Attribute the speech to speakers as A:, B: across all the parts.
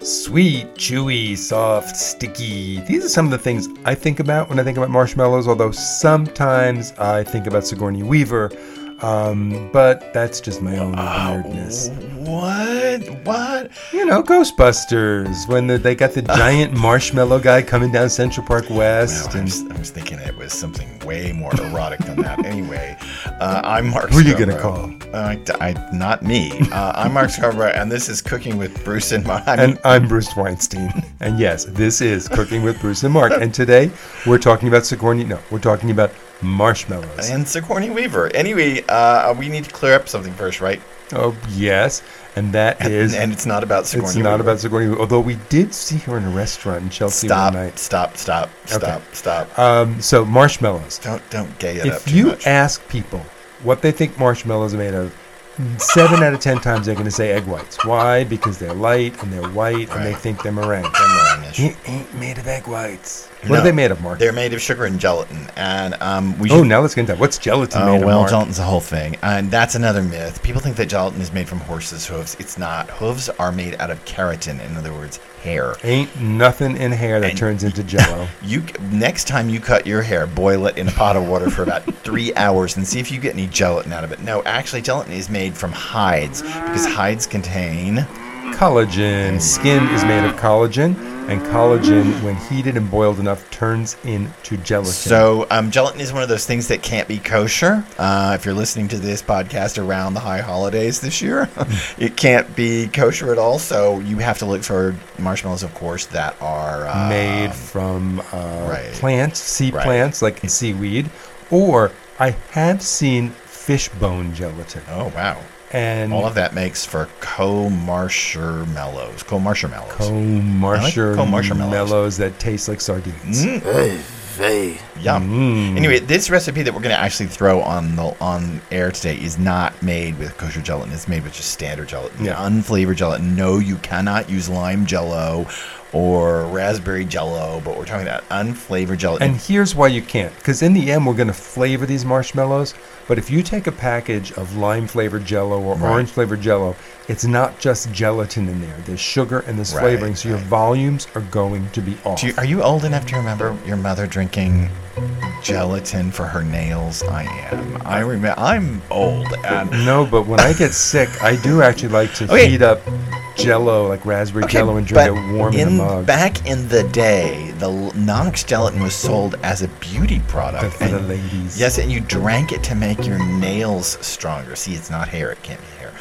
A: Sweet, chewy, soft, sticky. These are some of the things I think about when I think about marshmallows, although sometimes I think about Sigourney Weaver. Um, but that's just my own
B: Oh.
A: weirdness.
B: What? What?
A: You know, Ghostbusters, when the, they got the giant marshmallow guy coming down Central Park
B: No,
A: West.
B: I,
A: and
B: was, I was thinking it was something way more erotic than that. Anyway, uh, I'm Mark.
A: Who you gonna
B: Scarborough. Uh, I, I- not me. Uh, I'm Mark Scarborough, and this is Cooking with Bruce and Mike.
A: And I'm Bruce Weinstein. And yes, this is Cooking with Bruce and Mark. And today we're talking about Sigourney. No, we're talking about marshmallows.
B: and Sigourney Weaver. Anyway, uh, we need to clear up something first, right?
A: Oh, yes. And that is.
B: And it's not about Sigourney.
A: It's not
B: Weaver.
A: about Sigourney, although we did see her in a restaurant in Chelsea
B: Stop!
A: one night.
B: Stop! Stop! Stop! Stop!
A: Um, so, marshmallows.
B: don't don't gay it up
A: If
B: too
A: you
B: much.
A: ask people what they think marshmallows are made of, seven out of ten times they're going to say egg whites. Why? Because they're light and they're white and they
B: Right.
A: think they're meringue.
B: Memorize.
A: It ain't made of egg whites. What
B: No.
A: are they made of, Mark?
B: They're made of sugar and gelatin, and um, we should
A: Oh, now let's get into that. What's gelatin made
B: Oh
A: of?
B: well,
A: Mark?
B: gelatin's the whole thing, and that's another myth. People think that gelatin is made from horses' hooves. It's not. Hooves are made out of keratin. In other words, hair.
A: Ain't nothing in hair that
B: And-
A: turns into jello.
B: You next time you cut your hair, boil it in a pot of water for about three hours and see if you get any gelatin out of it. No, actually, gelatin is made from hides because hides contain.
A: collagen. Skin is made of collagen, and collagen, when heated and boiled enough, turns into gelatin.
B: So um, gelatin is one of those things that can't be kosher. Uh, if you're listening to this podcast around the high holidays this year, it can't be kosher at all. So you have to look for marshmallows, of course, that are uh,
A: made from uh,
B: right.
A: plants, sea
B: Right.
A: plants like seaweed, or I have seen fish bone gelatin.
B: Oh wow!
A: And
B: All of that makes for co-marshmallows. Co-marshmallows.
A: co-marsher
B: co-marshmallows.
A: mellows that taste like sardines.
C: Hey, hey.
B: Mm, Yum.
A: Mm.
B: Anyway, this recipe that we're going to actually throw on the on air today is not made with kosher gelatin. It's made with just standard gelatin,
A: Yeah.
B: unflavored gelatin. No, you cannot use lime jello or raspberry jello, but we're talking about unflavored gelatin.
A: And here's why you can't. Because in the end, we're going to flavor these marshmallows. But if you take a package of lime flavored jello or
B: Right.
A: orange flavored jello, it's not just gelatin in there. There's sugar and there's
B: Right,
A: flavoring. So your
B: right.
A: volumes are going to be off.
B: Do you, are you old enough to remember your mother drinking gelatin for her nails? I am. I remember. I'm old, and
A: no, but when I get sick, I do actually like to
B: Okay.
A: heat up jello, like raspberry jello, and drink it warm in a
B: in-
A: mug.
B: Back in the day, the l- Nonex gelatin was sold as a beauty
A: for
B: product.
A: for the
B: and-
A: ladies.
B: Yes, and you drank it to make your nails stronger. See, it's not hair; it can't be hair.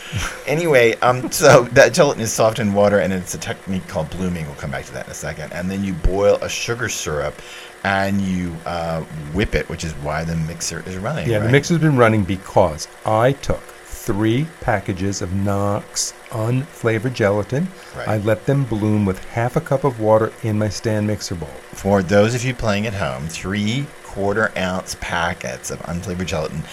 B: anyway, um, so that gelatin is soft in water, and it's a technique called blooming. We'll come back to that in a second. And then you boil a sugar syrup, and you uh, whip it, which is why the mixer is running.
A: Yeah,
B: right?
A: the mixer's been running because I took three packages of Knox unflavored gelatin.
B: Right.
A: I let them bloom with half a cup of water in my stand mixer bowl.
B: For those of you playing at home, three quarter ounce packets of unflavored gelatin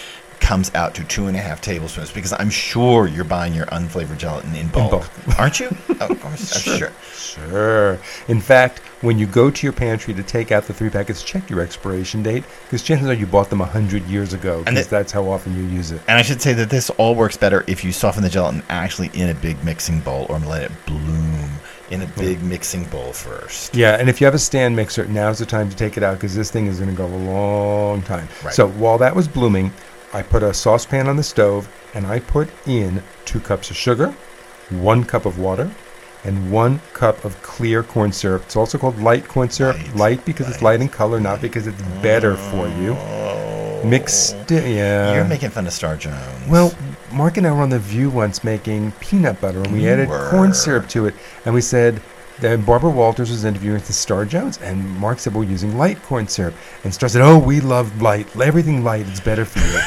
B: comes out to two and a half tablespoons because I'm sure you're buying your unflavored gelatin in bulk. Aren't you? Oh, of course. I'm sure.
A: Sure. In fact, when you go to your pantry to take out the three packets, check your expiration date because chances are you bought them 100 years ago
B: And
A: because
B: it-
A: that's how often you use it.
B: And I should say that this all works better if you soften the gelatin actually in a big mixing bowl or let it bloom in a big mixing bowl first.
A: Yeah, and if you have a stand mixer, now's the time to take it out because this thing is going to go a long time.
B: Right.
A: So while that was blooming, I put a saucepan on the stove and I put in two cups of sugar, one cup of water, and one cup of clear corn syrup. It's also called light corn syrup.
B: Light,
A: Light, because it's light in color, not because it's better for you. Mixed, yeah.
B: Oh, You're making fun of Star Jones.
A: Well, Mark and I were on The View once making peanut butter, and we
B: You
A: added
B: were.
A: corn syrup to it. And we said that Barbara Walters was interviewing the Star Jones, and Mark said, We're using light corn syrup. And Star said, Oh, we love light. Everything light is better for you.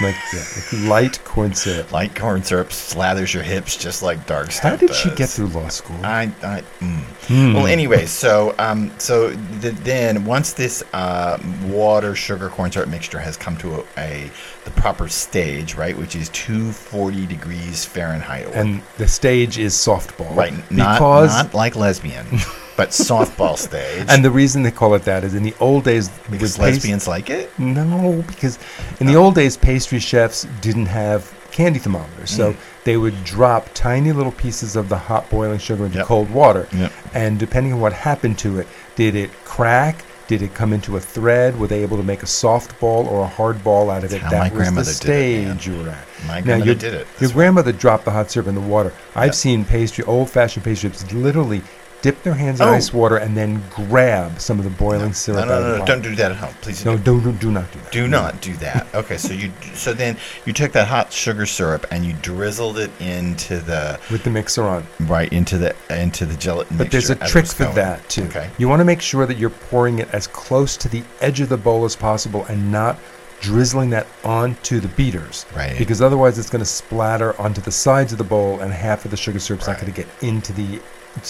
A: I'm like, yeah, it's light corn syrup.
B: light corn syrup slathers your hips just like dark stuff.
A: How did she get
B: does.
A: through law school?
B: I, I mm.
A: Hmm.
B: well anyway so um so th- then once this uh, water sugar corn syrup mixture has come to a, a the proper stage right which is 240 degrees fahrenheit or
A: and the stage is softball.
B: right not,
A: Because.
B: not like lesbian but softball stage
A: and the reason they call it that is in the old days,
B: because
A: with pastry-
B: lesbians like it Mm.
A: No, because in the old days, pastry chefs didn't have candy thermometers, so they would drop tiny little pieces of the hot boiling sugar into
B: Yep.
A: cold water.
B: Yep.
A: And depending on what happened to it, did it crack? Did it come into a thread? Were they able to make a soft ball or a hard ball out of it?
B: how my
A: that was the
B: grandmother did it, man.
A: stage you were at.
B: My
A: Now,
B: grandmother
A: your-
B: did it.
A: Your
B: That's right.
A: grandmother dropped the hot syrup in the water. I've
B: Yeah.
A: seen pastry, old-fashioned pastry chefs, literally dip their hands in
B: Oh.
A: ice water and then grab some of the boiling
B: No,
A: syrup. out of
B: no, no,
A: the
B: no,
A: water.
B: don't do that at home, please.
A: No, don't, do- do not do that.
B: Do not do that. Okay, so you so then you took that hot sugar syrup and you drizzled it into the
A: With the mixer on.
B: right into the into the gelatin.
A: But there's
B: mixture
A: a
B: as it
A: trick
B: was
A: for
B: going.
A: that too.
B: Okay.
A: You want to make sure that you're pouring it as close to the edge of the bowl as possible and not drizzling that onto the beaters.
B: Right.
A: Because otherwise it's going to splatter onto the sides of the bowl and half of the sugar syrup's not
B: Right.
A: going to get into the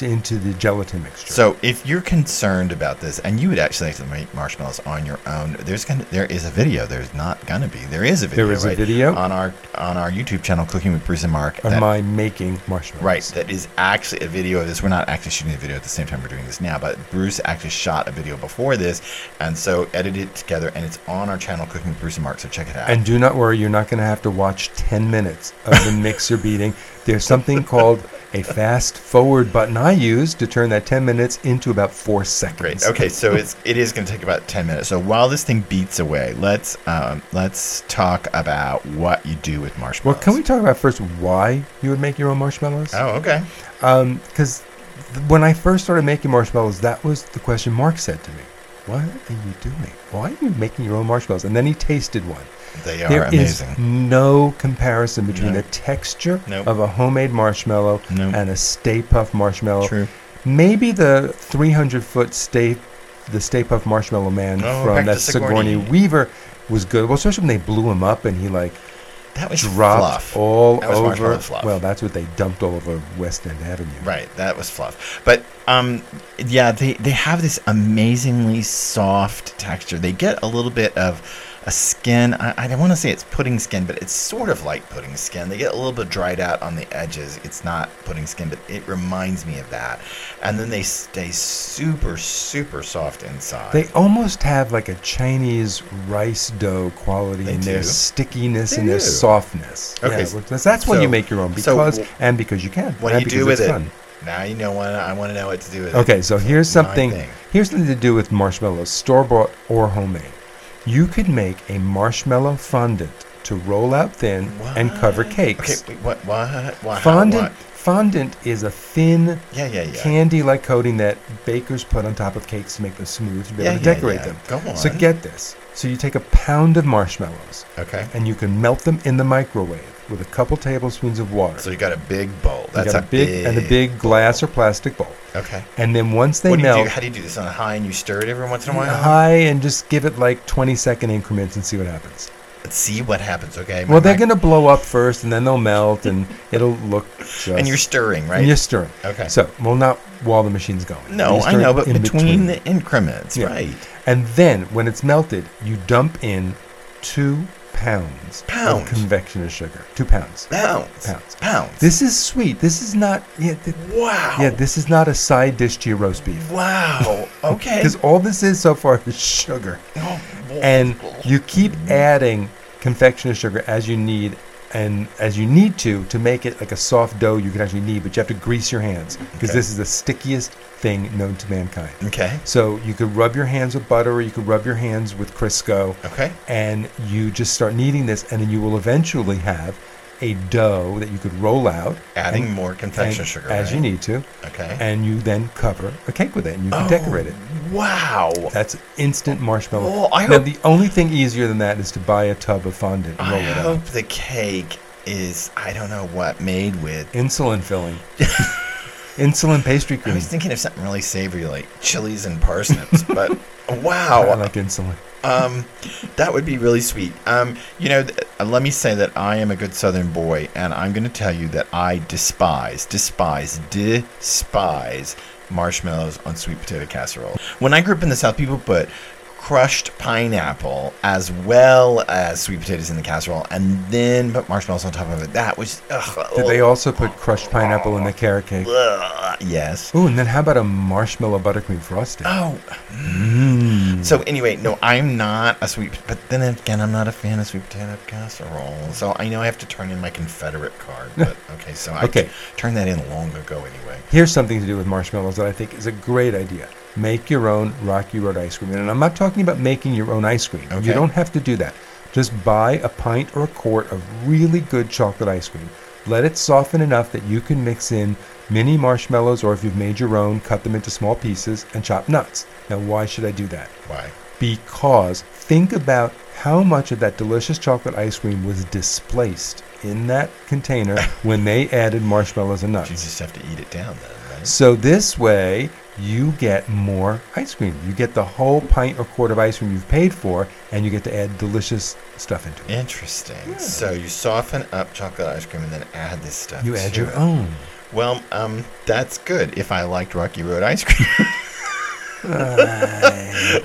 A: into the gelatin mixture.
B: So if you're concerned about this, and you would actually like to make marshmallows on your own, there's gonna there is a video. There's not gonna be. There is a video.
A: There is a
B: right,
A: video.
B: on our on our YouTube channel, Cooking with Bruce and Mark.
A: of
B: that-
A: my making marshmallows.
B: Right, that is actually a video of this. We're not actually shooting a video at the same time we're doing this now, but Bruce actually shot a video before this, and so edited it together, and it's on our channel, Cooking with Bruce and Mark. So check it out.
A: And do not worry, you're not going to have to watch 10 minutes of the mixer beating. There's something called a fast forward button I use to turn that 10 minutes into about 4 seconds.
B: Great. Okay, so it's it is going to take about ten minutes. So while this thing beats away, let's um, let's talk about what you do with
A: Well,
B: marshmallows.
A: can we talk about first why you would make your own marshmallows?
B: Oh, okay.
A: Because when I first started making marshmallows, that was the question Mark said to me. What are you doing? Why are you making your own marshmallows? And then he tasted one.
B: They are
A: There is
B: amazing.
A: no comparison between
B: No.
A: the texture
B: Nope.
A: of a homemade marshmallow
B: Nope.
A: and a Stay Puff marshmallow.
B: True.
A: Maybe the 300 foot Stay, the Stay Puff Marshmallow Man
B: Oh, back
A: from that
B: to Sigourney.
A: Sigourney Weaver was good. Well, especially when they blew him up and he like
B: That was
A: dropped
B: fluff.
A: all
B: That was
A: over.
B: marshmallow fluff.
A: Well, that's what they dumped all over West End Avenue.
B: Right, that was fluff. But um, yeah, they, they have this amazingly soft texture. They get a little bit of a skin. I, I don't want to say it's pudding skin, but it's sort of like pudding skin. They get a little bit dried out on the edges. It's not pudding skin, but it reminds me of that. And then they stay super, super soft inside.
A: They almost have like a Chinese rice dough quality
B: They
A: in their
B: do.
A: stickiness
B: They
A: and their
B: do.
A: softness.
B: Okay,
A: Yeah,
B: so-
A: that's, that's when you
B: so-
A: make your own
B: so
A: because
B: wh-
A: and because you can.
B: what do
A: and
B: you
A: because
B: do with
A: it's
B: it?
A: fun.
B: Now you know what I want to know what to do with it.
A: Okay, so here's
B: My
A: something.
B: thing.
A: Here's something to do with marshmallows, store bought or homemade. You could make a marshmallow fondant to roll out thin and cover
B: What?
A: cakes.
B: Okay, wait, what? What? Why, how,
A: fondant,
B: what?
A: fondant is a thin
B: Yeah, yeah, yeah.
A: candy like coating that bakers put on top of cakes to make them smooth to be
B: Yeah,
A: able to
B: yeah,
A: decorate
B: yeah.
A: them.
B: Go
A: So
B: on.
A: get this. So you take a pound of marshmallows
B: Okay.
A: and you can melt them in the microwave with a couple tablespoons of water.
B: So you got a big bowl.
A: you
B: That's
A: got a big, and a big glass or plastic bowl.
B: Okay.
A: And then once they
B: What do you
A: melt,
B: do? How do you do this on a high and you stir it every once in a while?
A: high and just give it like 20 second increments and see what happens.
B: Let's see what happens. Okay.
A: Well, they're
B: My-
A: going to blow up first and then they'll melt and it'll look just.
B: And you're stirring, right?
A: And you're stirring.
B: Okay.
A: So, well, not while the machine's going.
B: no,
A: You
B: I
A: stir
B: know,
A: it
B: but
A: in
B: between, the increments,
A: Yeah.
B: right?
A: And then when it's melted, you dump in two pounds
B: Pounds.
A: of convectioner sugar. Two pounds.
B: Pounds.
A: Pounds.
B: Pounds.
A: This is sweet. This is not. Yeah, th-
B: Wow.
A: yeah. This is not a side dish to your roast beef.
B: Wow. Okay.
A: Because all this is so far is sugar,
B: Oh, boy.
A: and you keep adding confectioner sugar as you need and as you need to to make it like a soft dough you can actually need. But you have to grease your hands because
B: Okay.
A: this is the stickiest thing known to mankind.
B: Okay.
A: So you could rub your hands with butter, or you could rub your hands with Crisco.
B: Okay.
A: and you just start kneading this, and then you will eventually have a dough that you could roll out,
B: Adding
A: and-
B: more confectioner
A: and-
B: sugar.
A: as
B: right?
A: you need to,
B: Okay.
A: and you then cover a cake with it, and you can
B: Oh,
A: decorate it.
B: Wow.
A: That's instant marshmallow.
B: Oh, I
A: now
B: hope-
A: the only thing easier than that is to buy a tub of fondant and
B: I
A: roll it out.
B: hope the cake is I don't know what made with
A: Insulin filling. Insulin pastry
B: I
A: cream.
B: was thinking of something really savory like chilies and parsnips, but
A: I
B: wow,
A: like insulin.
B: um, that would be really sweet. Um, you know, th- uh, let me say that I am a good Southern boy, and I'm going to tell you that I despise, despise, despise marshmallows on sweet potato casserole. When I grew up in the South, people put crushed pineapple as well as sweet potatoes in the casserole, and then put marshmallows on top of it. That was ugh,
A: Did they also put crushed pineapple in the carrot cake?
B: ugh, yes.
A: Ooh, and then how about a marshmallow buttercream frosting?
B: Oh, Uh, So anyway, no, I'm not a sweet. But then again, I'm not a fan of sweet potato casserole. So I know I have to turn in my Confederate card. But okay, so I
A: Okay.
B: turned that in long ago anyway.
A: Here's something to do with marshmallows that I think is a great idea. Make your own Rocky Road ice cream. And I'm not talking about making your own ice cream.
B: Okay.
A: You don't have to do that. Just buy a pint or a quart of really good chocolate ice cream. Let it soften enough that you can mix in mini marshmallows, or if you've made your own, cut them into small pieces and chop nuts. Now, why should I do that?
B: Why?
A: because think about how much of that delicious chocolate ice cream was displaced in that container when they added marshmallows and
B: You
A: nuts.
B: just have to eat it down then, right?
A: So this way, you get more ice cream. You get the whole pint or quart of ice cream you've paid for, and you get to add delicious stuff into it.
B: Interesting. So you soften up chocolate ice cream and then add this stuff.
A: You add
B: to
A: your
B: it.
A: own.
B: Well, um, that's good. If I liked Rocky Road ice cream, I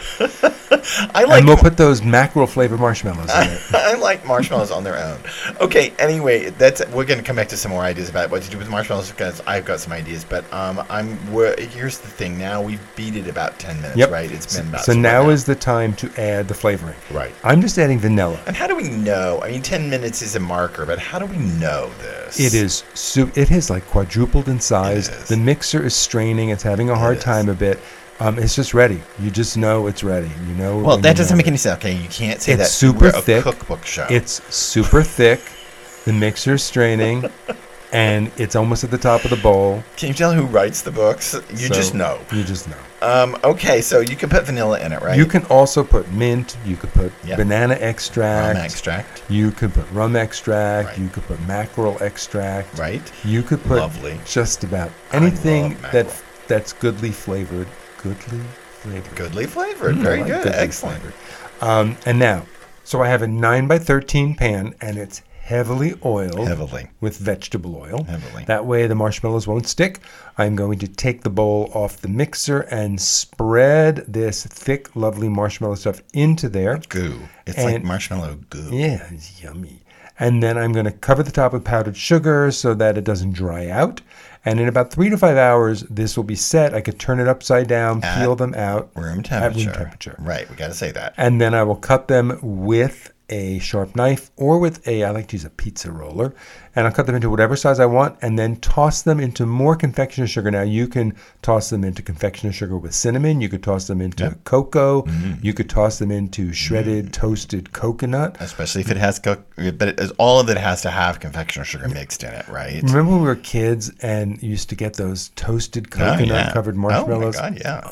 B: like
A: and we'll put those mackerel flavored marshmallows in it.
B: I like marshmallows on their own. Okay, anyway, that's we're gonna come back to some more ideas about what to do with marshmallows because I've got some ideas. But um, I'm we're, here's the thing. Now we've beat it about ten minutes,
A: Yep.
B: right? It's been about
A: So
B: it's
A: now
B: about-
A: is the time to add the flavoring.
B: right.
A: I'm just adding vanilla.
B: And how do we know? I mean, ten minutes is a marker, but how do we know this?
A: It is. Su- it has like quadrupled in size.
B: is.
A: The mixer is straining. It's having a hard
B: is.
A: time a bit. Um, it's just ready. You just know it's ready. You know.
B: Well,
A: when
B: that
A: you
B: doesn't
A: know
B: make
A: it.
B: any sense. Okay, you can't say
A: It's
B: that.
A: super
B: We're a
A: thick.
B: cookbook show.
A: It's super thick. The mixer's straining, and it's almost at the top of the bowl.
B: Can you tell who writes the books? You
A: so
B: just know.
A: You just know.
B: Um, okay, so you can put vanilla in it, right?
A: You can also put mint. You could put
B: Yeah.
A: banana
B: rum
A: extract.
B: extract,
A: You could put rum extract.
B: Right.
A: You could put mackerel extract.
B: right?
A: You could put
B: Lovely.
A: just about
B: I love
A: anything that
B: mackerel.
A: that's goodly flavored. Goodly flavored.
B: Goodly flavored.
A: Mm, I
B: Very
A: like
B: good.
A: goodly
B: Excellent.
A: flavored. Um, and now, so I have a nine by thirteen pan, and it's heavily oiled
B: Heavily.
A: with vegetable oil.
B: Heavily.
A: That way, the marshmallows won't stick. I'm going to take the bowl off the mixer and spread this thick, lovely marshmallow stuff into there.
B: Goo. It's like
A: And-
B: marshmallow goo.
A: Yeah, it's yummy. And then I'm going to cover the top with powdered sugar so that it doesn't dry out. And in about three to five hours, this will be set. I could turn it upside down,
B: At
A: peel them out.
B: Room
A: At
B: temperature.
A: room temperature.
B: Right. We got to say that.
A: And then I will cut them with a sharp knife or with a, I like to use a pizza roller. And I'll cut them into whatever size I want and then toss them into more confectioner sugar. Now, you can toss them into confectioner sugar with cinnamon. You could toss them into cocoa.
B: Mm-hmm.
A: You could toss them into shredded, toasted coconut.
B: Especially if it has cook, but it, all of it has to have confectioner sugar mixed in it, right?
A: Remember when we were kids and you used to get those toasted
B: Oh,
A: coconut
B: yeah.
A: covered marshmallows?
B: Oh my god, yeah.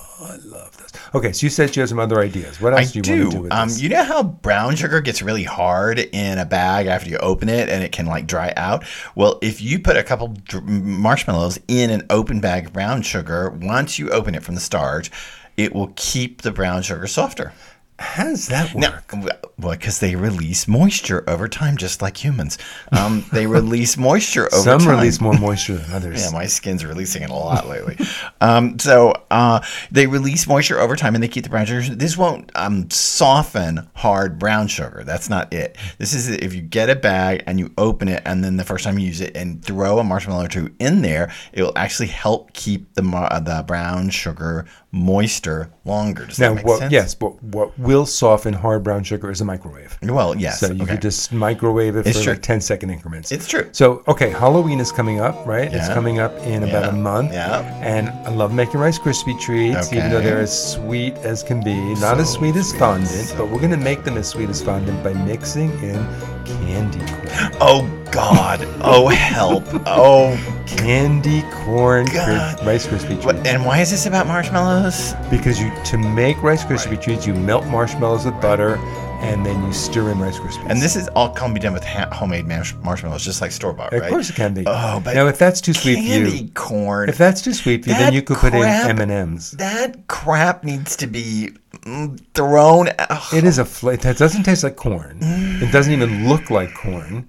A: Okay, so you said you had some other ideas. What
B: I
A: else
B: do.
A: do you want to do with
B: um,
A: this?
B: you know how brown sugar gets really hard in a bag after you open it, and it can like dry out. Well, if you put a couple dr- marshmallows in an open bag of brown sugar, once you open it from the starch, it will keep the brown sugar softer.
A: How does that work?
B: No, well, because they release moisture over time, just like humans. Um, they release moisture over
A: some
B: time.
A: release more moisture than others.
B: Yeah, my skin's releasing it a lot lately. um, so uh, they release moisture over time, and they keep the brown sugar. This won't um, soften hard brown sugar. That's not it. This is if you get a bag and you open it, and then the first time you use it, and throw a marshmallow or two in there, it will actually help keep the mar- uh, the brown sugar moisture longer. Does
A: Now,
B: that make
A: what,
B: sense?
A: yes, but what will soften hard brown sugar is a microwave.
B: Well, yes.
A: So you
B: okay.
A: could just microwave it
B: It's
A: for
B: true.
A: like 10 second increments.
B: It's true.
A: So, okay, Halloween is coming up, right? It's
B: Yeah.
A: coming up in about a
B: Yeah.
A: month.
B: Yeah.
A: And I love making Rice Krispie treats, even though
B: Okay.
A: they're as sweet as can be. Not as
B: So
A: sweet as
B: sweet.
A: fondant,
B: So
A: but we're going to make them as sweet as fondant by mixing in candy corn.
B: Oh God! Oh help! Oh,
A: Candy corn cri-
B: God.
A: Rice Krispie
B: what,
A: treats.
B: and why is this about marshmallows?
A: Because you to make Rice Krispie
B: Right.
A: treats, you melt marshmallows with butter, and then you stir in Rice Krispies.
B: And this is all can be done with ha- homemade mash- marshmallows, just like store bought,
A: Of
B: right?
A: course it can be.
B: Oh, but
A: now if that's too sweet for
B: candy
A: you,
B: corn.
A: if that's too sweet for you, then
B: That
A: you could put in
B: crap-
A: M and M's.
B: that crap needs to be mm, thrown. Ugh.
A: It is a fla It doesn't taste like corn. It doesn't even look like corn.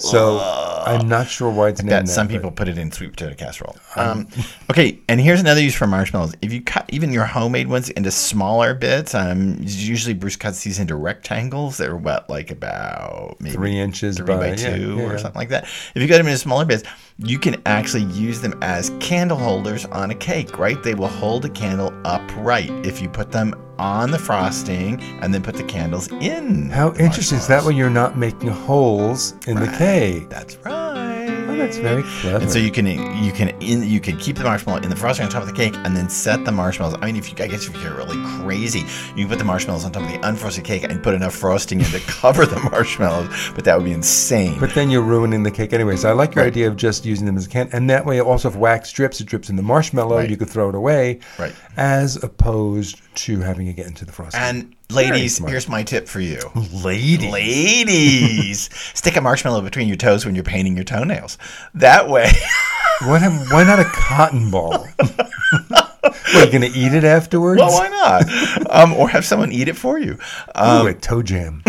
A: So I'm not sure why it's named
B: that
A: that.
B: some
A: but-
B: people put it in sweet potato casserole. Um, okay, and here's another use for marshmallows. If you cut even your homemade ones into smaller bits, um, usually Bruce cuts these into rectangles. They're what, like about maybe
A: Three inches
B: three by,
A: by- yeah,
B: two
A: yeah,
B: or
A: yeah.
B: something like that. If you cut them into smaller bits, you can actually use them as candle holders on a cake, right? They will hold a candle upright if you put them on the frosting and then put the candles in.
A: How
B: the
A: interesting. Is that
B: marshmallows.
A: when you're not making holes in the cake?
B: That's right.
A: Oh, that's very clever.
B: And so you can you can in, you can keep the marshmallow in the frosting on top of the cake, and then set the marshmallows. I mean, if you I guess if you're really crazy, you can put the marshmallows on top of the unfrosted cake and put enough frosting in to cover the marshmallows. But that would be insane.
A: But then you're ruining the cake anyway. So I like your idea of just using them as a can. And that way, also, if wax drips, it drips in the marshmallow.
B: Right.
A: You could throw it away.
B: Right.
A: As opposed to having it get into the frosting.
B: and ladies,
A: smart.
B: here's my tip for you.
A: lady.
B: Ladies, stick a marshmallow between your toes when you're painting your toenails. That way,
A: What, am- why not a cotton ball? What, you going to eat it afterwards?
B: well, why not? Um, or have someone eat it for you. Um,
A: Ooh, a toe jam.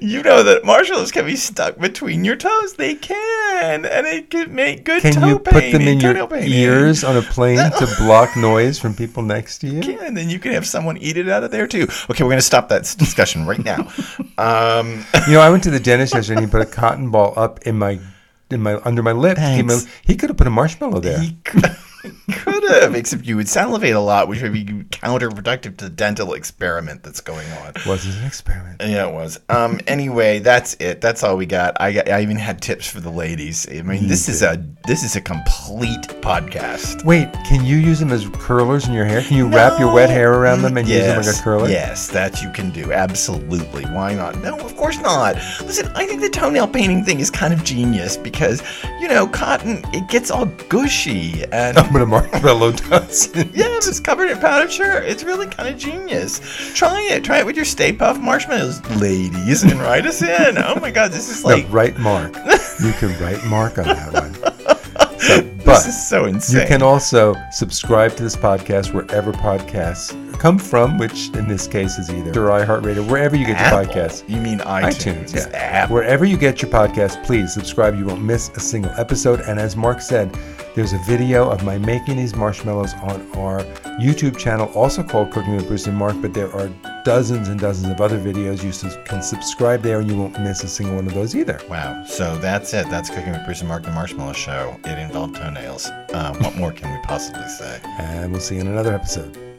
B: you know that marshmallows can be stuck between your toes. They can, and it can make good
A: Can
B: toe
A: you put them
B: painting,
A: in your
B: toenail painting.
A: ears on a plane to block noise from people next to you?
B: Yeah, and then you can have someone eat it out of there too. Okay, we're going to stop that s- discussion right now. um,
A: You know, I went to the dentist yesterday and he put a cotton ball up in my in my under my lip. to keep my-
B: Thanks.
A: he could have put a marshmallow there.
B: he could, could have, except you would salivate a lot, which would be counterproductive to the dental experiment that's going on.
A: was it an experiment?
B: Yeah, it was. Um, anyway, that's it. That's all we got. I, I even had tips for the ladies. I mean, this is a this is a complete podcast.
A: Wait, can you use them as curlers in your hair? Can you wrap your wet hair around them and use them like a curler?
B: Uh, Yes, that you can do. Absolutely. Why not? No, of course not. Listen, I think the toenail painting thing is kind of genius because, you know, cotton, it gets all gushy and.
A: But a marshmallow doesn't.
B: Yeah, if it's covered in powdered sugar. It's really kind of genius. Try it. Try it with your Stay Puff marshmallows, ladies, and write us in. Oh my God, this is
A: No,
B: like
A: right mark. You can write mark on that one. So,
B: this
A: but
B: is so insane.
A: you can also subscribe to this podcast wherever podcasts come from, which in this case is either your iHeartRadio, wherever you get your
B: Apple.
A: podcasts.
B: You mean iTunes?
A: iTunes. Yeah.
B: Apple.
A: Wherever you get your podcast, please subscribe. You won't miss a single episode. And as Mark said, there's a video of my making these marshmallows on our YouTube channel, also called Cooking with Bruce and Mark. But there are dozens and dozens of other videos. You sus- can subscribe there, and you won't miss a single one of those either.
B: Wow. So that's it. That's Cooking with Bruce and Mark, the Marshmallow Show. It involved toenails. Uh, what Um, more can we possibly say?
A: And we'll see you in another episode.